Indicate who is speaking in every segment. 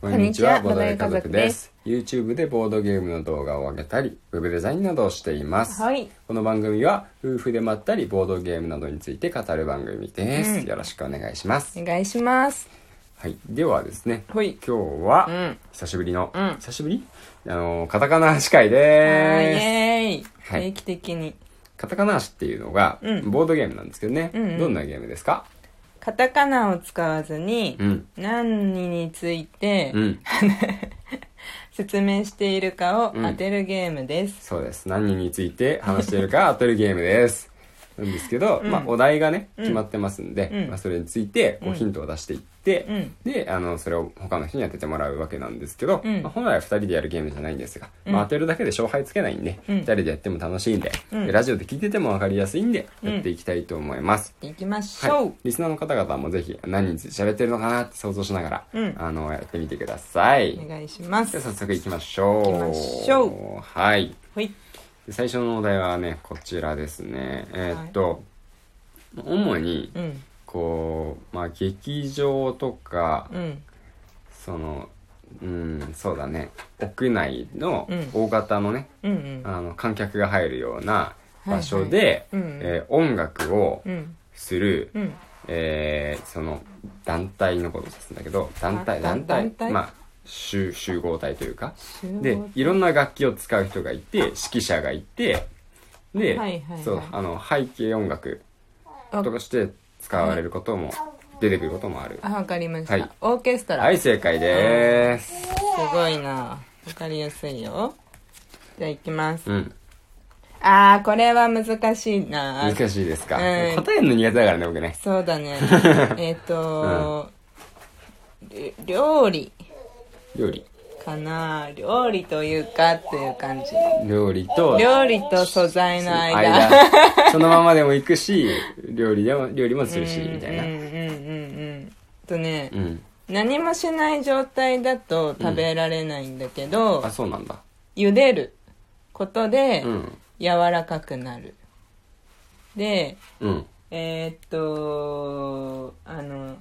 Speaker 1: こ
Speaker 2: んにちはボードゲーム
Speaker 1: ム
Speaker 2: 家族です
Speaker 1: YouTube でボードゲームの動画を上げたり、ウェブデザインなどをしています。
Speaker 2: はい
Speaker 1: この番組は、夫婦でまったりボードゲームなどについて語る番組です。
Speaker 2: うん
Speaker 1: よろしくお願いします。
Speaker 2: お願いします
Speaker 1: はい。ではですね、
Speaker 2: ほい
Speaker 1: 今日は、
Speaker 2: うん
Speaker 1: 久しぶりの、
Speaker 2: うん
Speaker 1: 久しぶりあの、カタカナ足会
Speaker 2: あーイ
Speaker 1: です。
Speaker 2: エ
Speaker 1: は
Speaker 2: ー
Speaker 1: い
Speaker 2: イ定期的に
Speaker 1: カタカナ足っていうのが、
Speaker 2: うん
Speaker 1: ボードゲームなんですけどね、
Speaker 2: うんうん
Speaker 1: どんなゲームですか
Speaker 2: カタカナを使わずに
Speaker 1: うん。
Speaker 2: 何について
Speaker 1: うん。
Speaker 2: 説明しているかを
Speaker 1: うん
Speaker 2: 当てるゲームです
Speaker 1: そうです。何について話しているか当てるゲーム です。なんですけど、
Speaker 2: うん
Speaker 1: まあお題がね、
Speaker 2: うん
Speaker 1: 決まってますんで、
Speaker 2: うん
Speaker 1: まあそれについてこ
Speaker 2: う
Speaker 1: うんヒントを出していって、
Speaker 2: うん
Speaker 1: で、あの、それを他の人に当ててもらうわけなんですけど、
Speaker 2: うん
Speaker 1: まあ本来は二人でやるゲームじゃないんですが、
Speaker 2: うん
Speaker 1: まあ当てるだけで勝敗つけないんで、
Speaker 2: うん
Speaker 1: 二人でやっても楽しいんで、
Speaker 2: うん
Speaker 1: でラジオで聞いててもわかりやすいんで、
Speaker 2: うん
Speaker 1: やっていきたいと思います。
Speaker 2: いきまし
Speaker 1: は
Speaker 2: ょ
Speaker 1: い、リスナーの方々もぜひ何について喋ってるのかなって想像しながら、
Speaker 2: うん
Speaker 1: あのやってみてくださいう
Speaker 2: お願いします
Speaker 1: じゃあ早速いきましょう
Speaker 2: 行きましょ
Speaker 1: うはい
Speaker 2: ほい
Speaker 1: で最初のお題はねこちらですねえーっと、主に
Speaker 2: うん
Speaker 1: こうまあ劇場とか、
Speaker 2: うん
Speaker 1: そのうんそうだね屋内の
Speaker 2: うん
Speaker 1: 大型のね、
Speaker 2: うんうん
Speaker 1: あの観客が入るような
Speaker 2: はいはい
Speaker 1: 場所で、
Speaker 2: うんうん
Speaker 1: えー音楽を
Speaker 2: うん
Speaker 1: する、
Speaker 2: うん
Speaker 1: えーその団体のことですんだけど団体
Speaker 2: あ
Speaker 1: 団体
Speaker 2: 団体
Speaker 1: まあ集集合体というか
Speaker 2: 集合
Speaker 1: でいろんな楽器を使う人がいて指揮者がいてで、
Speaker 2: はいはいはい
Speaker 1: そうあの背景音楽
Speaker 2: あ
Speaker 1: として使われることも出てくることもある
Speaker 2: あわかりました、
Speaker 1: はい
Speaker 2: オーケストラ、
Speaker 1: はい正解です
Speaker 2: すごいなわかりやすいよじゃあいきます、
Speaker 1: うん
Speaker 2: ああこれは難しいな
Speaker 1: 難しいですか
Speaker 2: うん
Speaker 1: 答えるの苦手だからね僕ね
Speaker 2: そう だねえっと、り料理
Speaker 1: 料理
Speaker 2: かな料理というかっていう感じ
Speaker 1: 料理と
Speaker 2: 料理と素材の間
Speaker 1: 間そのままでも行くし料理でも料理もするしみたい
Speaker 2: うんう
Speaker 1: なん
Speaker 2: うんうんとね、
Speaker 1: うん
Speaker 2: 何もしない状態だと食べられないんだけど、
Speaker 1: あそうなんだ
Speaker 2: 茹でることで
Speaker 1: うん
Speaker 2: 柔らかくなる、で
Speaker 1: うん
Speaker 2: えー、っとあの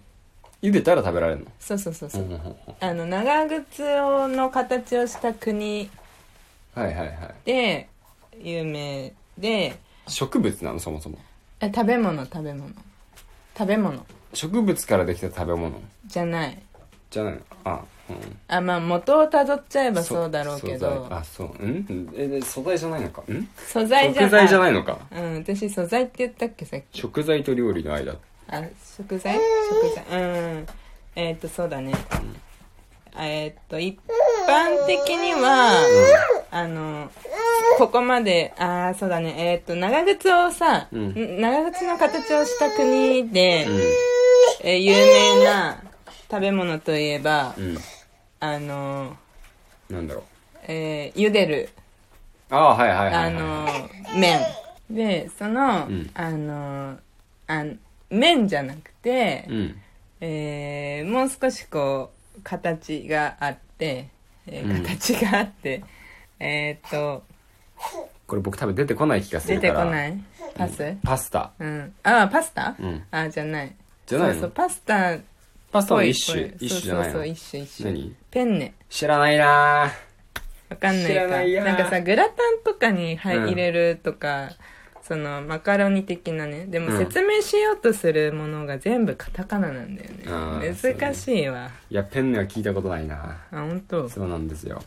Speaker 1: 茹でたら食べられるの
Speaker 2: そうそうそうそう、
Speaker 1: うんうんうん
Speaker 2: あの長靴をの形をした国
Speaker 1: はいはいはい
Speaker 2: で有名で
Speaker 1: 植物なのそもそも
Speaker 2: え食べ物食べ物食べ物
Speaker 1: 植物からできた食べ物
Speaker 2: じゃない
Speaker 1: じゃないのあうん
Speaker 2: あまあ元をたどっちゃえばそうだろうけ
Speaker 1: 素
Speaker 2: ど
Speaker 1: 材あそううんえで素材じゃないのかん
Speaker 2: 素材じゃ
Speaker 1: 食材じゃ
Speaker 2: い
Speaker 1: ないのか
Speaker 2: うん私素材って言ったっけさっき
Speaker 1: 食材と料理の間
Speaker 2: あ食材食材うんえー、っとそうだねえー、っと一般的には、あのここまでああそうだねえー、っと長靴をさ、
Speaker 1: うん
Speaker 2: ん長靴の形をした国で、
Speaker 1: う
Speaker 2: えー有名な食べ物といえば、
Speaker 1: んうん
Speaker 2: あの
Speaker 1: なんだろう
Speaker 2: えー、茹でる
Speaker 1: あはいはいは
Speaker 2: あ
Speaker 1: いは
Speaker 2: の麺でその、
Speaker 1: うん
Speaker 2: あのあん麺じゃなくて、
Speaker 1: いうん
Speaker 2: えーもう少しこう形があって、えー
Speaker 1: うん
Speaker 2: 形があって、えーっと
Speaker 1: これ僕多分出てこない気がす
Speaker 2: 出
Speaker 1: るか
Speaker 2: て
Speaker 1: ら
Speaker 2: こないパス、
Speaker 1: パスタ
Speaker 2: うん、ああパスタ、
Speaker 1: うん
Speaker 2: あじゃない
Speaker 1: じゃないの
Speaker 2: そうそうパスタっ
Speaker 1: パスタ
Speaker 2: ぽ
Speaker 1: の
Speaker 2: い
Speaker 1: 一種
Speaker 2: ぽ
Speaker 1: 一種じゃない
Speaker 2: そうそうそう
Speaker 1: の
Speaker 2: 一種一種
Speaker 1: 何
Speaker 2: ペンネ
Speaker 1: 知らないな
Speaker 2: わかんない
Speaker 1: 知ら
Speaker 2: か
Speaker 1: ないやー
Speaker 2: なんかさグラタンとかに入,、
Speaker 1: うん
Speaker 2: 入れるとかそのマカロニ的なねで
Speaker 1: う
Speaker 2: も
Speaker 1: ん
Speaker 2: 説明しようとするものが全部カタカナなんだよね、
Speaker 1: あーそうね
Speaker 2: 難しいわ
Speaker 1: いやペンネは聞いたことないな
Speaker 2: あ本当
Speaker 1: そうなんですよ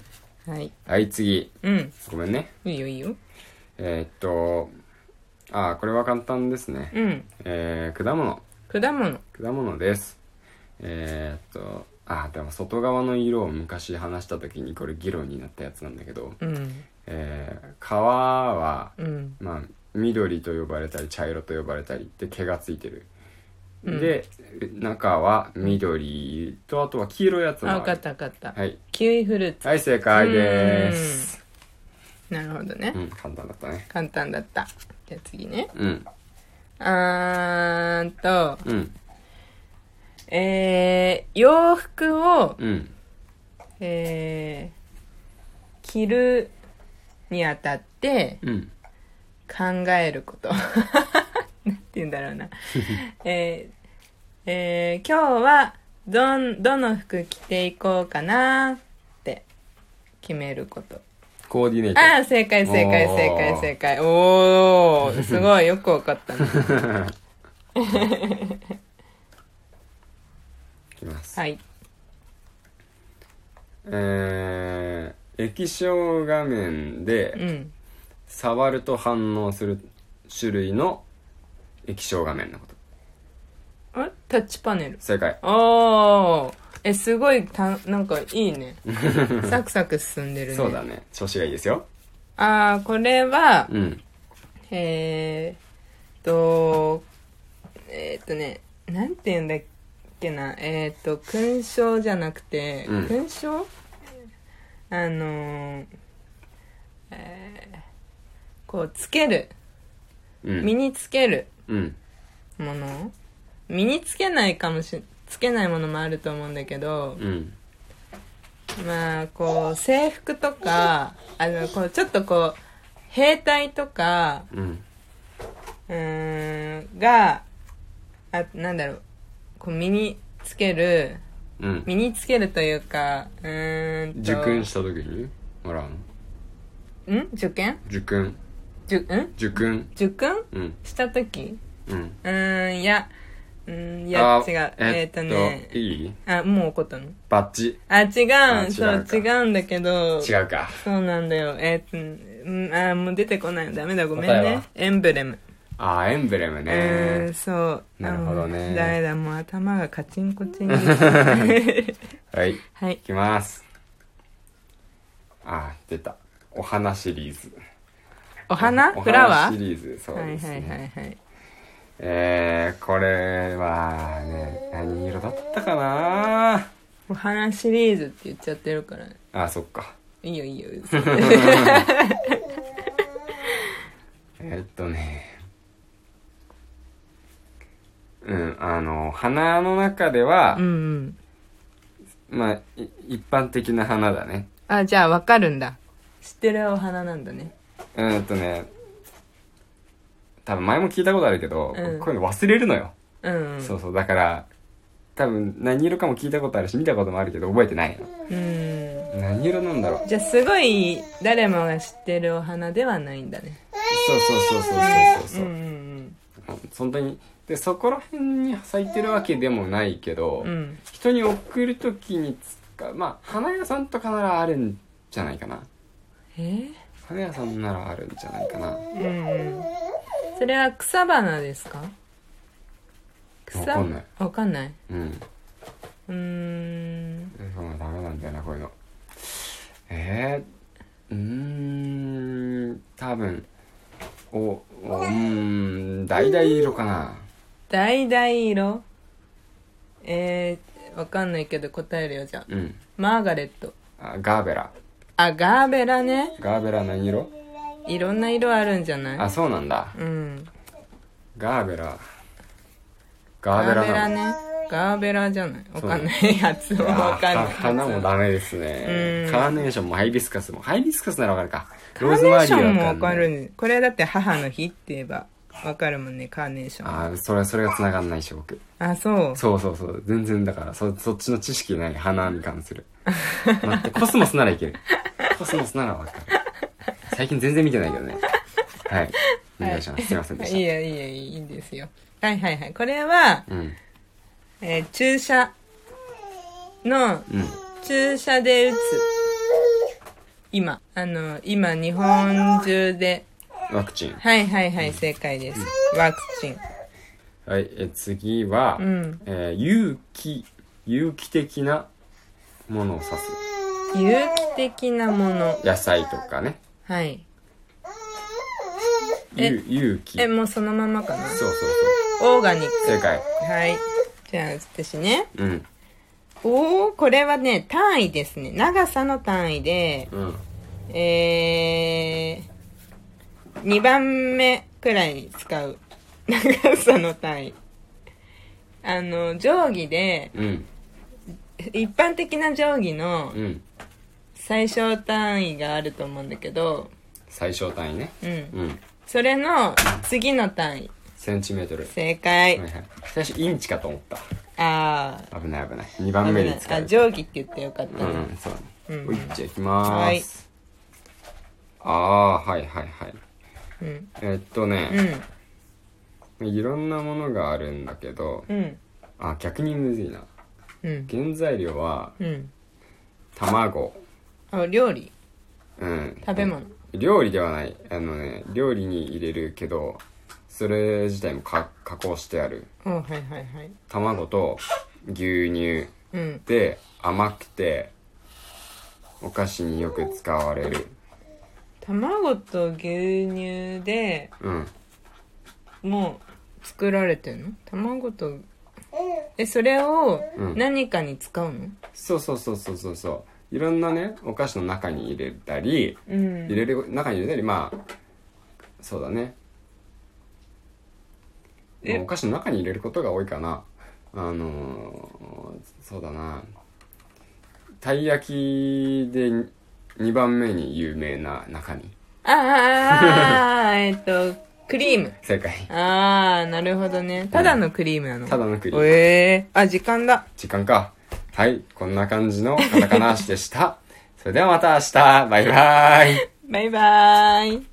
Speaker 2: はい
Speaker 1: はい次
Speaker 2: うん
Speaker 1: ごめんね
Speaker 2: いいよいいよ
Speaker 1: えーっとあこれは簡単ですね
Speaker 2: うん
Speaker 1: えー果物
Speaker 2: 果物
Speaker 1: 果物ですえーっとあでも外側の色を昔話した時にこれ議論になったやつなんだけど、
Speaker 2: うん
Speaker 1: えー皮は、
Speaker 2: うん
Speaker 1: まあ、緑と呼ばれたり茶色と呼ばれたりって毛がついてる、
Speaker 2: うん
Speaker 1: で中は緑とあとは黄色いやつもあ
Speaker 2: あ
Speaker 1: る
Speaker 2: 分かった分かった、
Speaker 1: はい、
Speaker 2: キウイフルーツ
Speaker 1: はい、正解です
Speaker 2: なるほどね、
Speaker 1: うん、簡単だったね
Speaker 2: 簡単だったじゃあ次ね
Speaker 1: うん
Speaker 2: あーんと
Speaker 1: うん
Speaker 2: えー、洋服を
Speaker 1: うん
Speaker 2: えー着るにあたって
Speaker 1: うん
Speaker 2: 考えること。 なんて言うんだろうな。えーえー今日はどんどの服着ていこうかなって決めること
Speaker 1: コーディネート
Speaker 2: ああ正解正解
Speaker 1: おー
Speaker 2: 正解正解おおすごいよくわかったね
Speaker 1: いきます、
Speaker 2: はい
Speaker 1: えー、液晶画面で、
Speaker 2: うん
Speaker 1: 触ると反応する種類の液晶画面のこと
Speaker 2: あタッチパネル
Speaker 1: 正解
Speaker 2: おおえすごいたなんかいいねサクサク進んでるね
Speaker 1: そうだね調子がいいですよ
Speaker 2: ああこれは
Speaker 1: うん
Speaker 2: えー、っと、えー、っとね、なんて言うんだっけな、えー、っと、勲章じゃなくて、
Speaker 1: うん
Speaker 2: 勲章あのー、えーこう、つける、
Speaker 1: う
Speaker 2: 身
Speaker 1: ん
Speaker 2: につける
Speaker 1: うん
Speaker 2: もの身につけないかもし、つけないものもあると思うんだけど、
Speaker 1: うん
Speaker 2: まあ、こう、制服とか、あの、こう、ちょっとこう、兵隊とか、
Speaker 1: うん
Speaker 2: うーんが、あ、なんだろう、こう身につける、
Speaker 1: うん
Speaker 2: 身につけるというか、うーんと。
Speaker 1: 受験した時にもらうの
Speaker 2: ん受験
Speaker 1: 受験
Speaker 2: じゅ、ん
Speaker 1: 受験
Speaker 2: 受験
Speaker 1: うん
Speaker 2: したとき
Speaker 1: うん
Speaker 2: うーん、いや、うーん、い
Speaker 1: い
Speaker 2: や、違う。えっ、とね、
Speaker 1: いい
Speaker 2: あ、もう怒ったの
Speaker 1: バッジ
Speaker 2: あ、違
Speaker 1: あ違う
Speaker 2: う、
Speaker 1: か
Speaker 2: そう、違うんだけど、
Speaker 1: 違うか
Speaker 2: そうなんだよ。えっ、と、うん、あ、もう出てこない。ダメだ、ごめん
Speaker 1: 答え
Speaker 2: ね
Speaker 1: は。
Speaker 2: エンブレム。
Speaker 1: あーエンブレム
Speaker 2: うー
Speaker 1: ね
Speaker 2: ん、そう。
Speaker 1: なるほどね
Speaker 2: あのダメだ、もう頭がカチンコ チンに。
Speaker 1: はいい
Speaker 2: はい。
Speaker 1: きますあー出たお花シリーズ
Speaker 2: お花
Speaker 1: お
Speaker 2: フラワ
Speaker 1: シ
Speaker 2: ー
Speaker 1: リーズそう
Speaker 2: はい
Speaker 1: です
Speaker 2: は
Speaker 1: ね
Speaker 2: いはいはい。
Speaker 1: えー、これはね、何色だったかな
Speaker 2: お花シリーズって言っちゃってるから。
Speaker 1: あ、そっか。
Speaker 2: いいよいいよ。
Speaker 1: えーっとね。うん、あの、花の中では、
Speaker 2: うんうん。
Speaker 1: まあ、い一般的な花だね。
Speaker 2: あ、じゃあわかるんだ。知ってるお花なんだね。
Speaker 1: うーんとね、多分前も聞いたことあるけど、
Speaker 2: うん
Speaker 1: こういうの忘れるのよ。
Speaker 2: うんうん。
Speaker 1: そうそう、だから、多分何色かも聞いたことあるし、見たこともあるけど、覚えてないの。
Speaker 2: うん。
Speaker 1: 何色なんだろう。
Speaker 2: じゃあすごい誰もが知ってるお花ではないんだね。
Speaker 1: そうそうそうそうそうそうう。
Speaker 2: んうん
Speaker 1: 本当にでそこら辺に咲いてるわけでもないけど、
Speaker 2: うん。うん。
Speaker 1: 人に送る時に使うまあ花屋さんとかならあるんじゃないかな
Speaker 2: え
Speaker 1: 花屋さんならあるんじゃないかな
Speaker 2: うん。それは草花ですか草
Speaker 1: わかんない。
Speaker 2: わかんない。
Speaker 1: うん
Speaker 2: うーん。
Speaker 1: そうダメなんだよなこういうのえー、うーん多分おおうーん大々色かな
Speaker 2: 橙色えー、わかんないけど答えるよ、じゃあ。
Speaker 1: うん
Speaker 2: マーガレット。
Speaker 1: あガーベラ
Speaker 2: あ、ガーベラね。
Speaker 1: ガーベラ何色
Speaker 2: いろんな色あるんじゃない
Speaker 1: あそうなんだ
Speaker 2: うん。
Speaker 1: ガーベラ
Speaker 2: ガ
Speaker 1: ガーベ
Speaker 2: ー
Speaker 1: ラ
Speaker 2: ベ
Speaker 1: な
Speaker 2: ラ
Speaker 1: の
Speaker 2: ね。ガーベラじゃないわ
Speaker 1: そう
Speaker 2: かんない。発音わかんない。
Speaker 1: あー花もダメですね
Speaker 2: うん
Speaker 1: カーネーションもハイビスカスもハイビスカスならわかるか
Speaker 2: カ
Speaker 1: ロー
Speaker 2: ー
Speaker 1: ズ
Speaker 2: ネ
Speaker 1: マ
Speaker 2: ー
Speaker 1: リ
Speaker 2: シ
Speaker 1: ーは
Speaker 2: ョン
Speaker 1: わ
Speaker 2: も
Speaker 1: か
Speaker 2: わ
Speaker 1: ん
Speaker 2: か
Speaker 1: ない
Speaker 2: るね。これだって母の日って言えばわかるもんね、カーネーション。あ、
Speaker 1: ああそれはそれが繋がんないし僕
Speaker 2: そう。
Speaker 1: そうそうそう全然だからそそっちの知識ない花に関する待 ってコスモスならいけるコスモスならわかる最近全然見てないけどねはいお願いしますすいませんで
Speaker 2: いい
Speaker 1: し
Speaker 2: やいいやいいですよ。はいはいはい。これは、
Speaker 1: たうん
Speaker 2: えー注射
Speaker 1: う
Speaker 2: の、
Speaker 1: ん
Speaker 2: 注射で打つ。今。あの、今日本中で。
Speaker 1: ワクチン
Speaker 2: はいはいはい、正解です。ワクチン。
Speaker 1: はいえ次は、
Speaker 2: ん
Speaker 1: えー有機有機的なものを指す
Speaker 2: 有機的なもの。
Speaker 1: 野菜とかね
Speaker 2: はい。え
Speaker 1: ゆ勇気
Speaker 2: え、もうそのままかな
Speaker 1: そうそうそ
Speaker 2: オーガニッ
Speaker 1: う正解
Speaker 2: ク。はい。じゃあ、私ね。
Speaker 1: うん
Speaker 2: おー、これはね、単位ですね。長さの単位で、
Speaker 1: うん
Speaker 2: えー、2番目くらいに使う。長さの単位。あの、定規で、
Speaker 1: うん
Speaker 2: 一般的な定規の
Speaker 1: うん
Speaker 2: 最小単位があると思うんだけど、
Speaker 1: 最小単位ね
Speaker 2: うん。
Speaker 1: うん
Speaker 2: それの次の単位。
Speaker 1: センチメートル
Speaker 2: 正解。
Speaker 1: はいはい最初インチかと思った
Speaker 2: あ
Speaker 1: 危ない危ない。2
Speaker 2: あ
Speaker 1: 番目に使
Speaker 2: あ
Speaker 1: う。
Speaker 2: 定規って言ってよかっ
Speaker 1: う
Speaker 2: たね、
Speaker 1: ん、そうだね。
Speaker 2: うん
Speaker 1: おい、じゃあ行きまーす。ああー、はいはいはい。
Speaker 2: うん
Speaker 1: えっと
Speaker 2: う
Speaker 1: ね、
Speaker 2: ん
Speaker 1: いろんなものがあるんだけど、
Speaker 2: うん
Speaker 1: あ、逆にむずいな。
Speaker 2: うん
Speaker 1: 原材料は、
Speaker 2: うん
Speaker 1: 卵。
Speaker 2: あ料理
Speaker 1: うん。
Speaker 2: 食べ物
Speaker 1: 料理ではない。あのね、料理に入れるけど、それ自体もか加工してある。
Speaker 2: うんはいはいはい
Speaker 1: 卵と牛乳
Speaker 2: うん
Speaker 1: で甘くて、お菓子によく使われる。
Speaker 2: 卵と牛乳で
Speaker 1: うん。
Speaker 2: もう作られてんの卵とえそれを
Speaker 1: うん
Speaker 2: 何かに使うの
Speaker 1: そうそうそうそうそうそう。いろんなね、お菓子の中に入れたり、
Speaker 2: うん
Speaker 1: 入れる、中に入れたり、まあ、そうだね。
Speaker 2: え
Speaker 1: まあお菓子の中に入れることが多いかな。あのーそうだな。たい焼きで2番目に有名な中身。
Speaker 2: あああえっとクリーム
Speaker 1: 正解。
Speaker 2: ああなるほどねただのクリームなの
Speaker 1: ただのクリーム
Speaker 2: ええあ時間だ
Speaker 1: 時間か。はい、こんな感じのカタカナ足でした。それではまた明日バイバーイ
Speaker 2: バイバーイ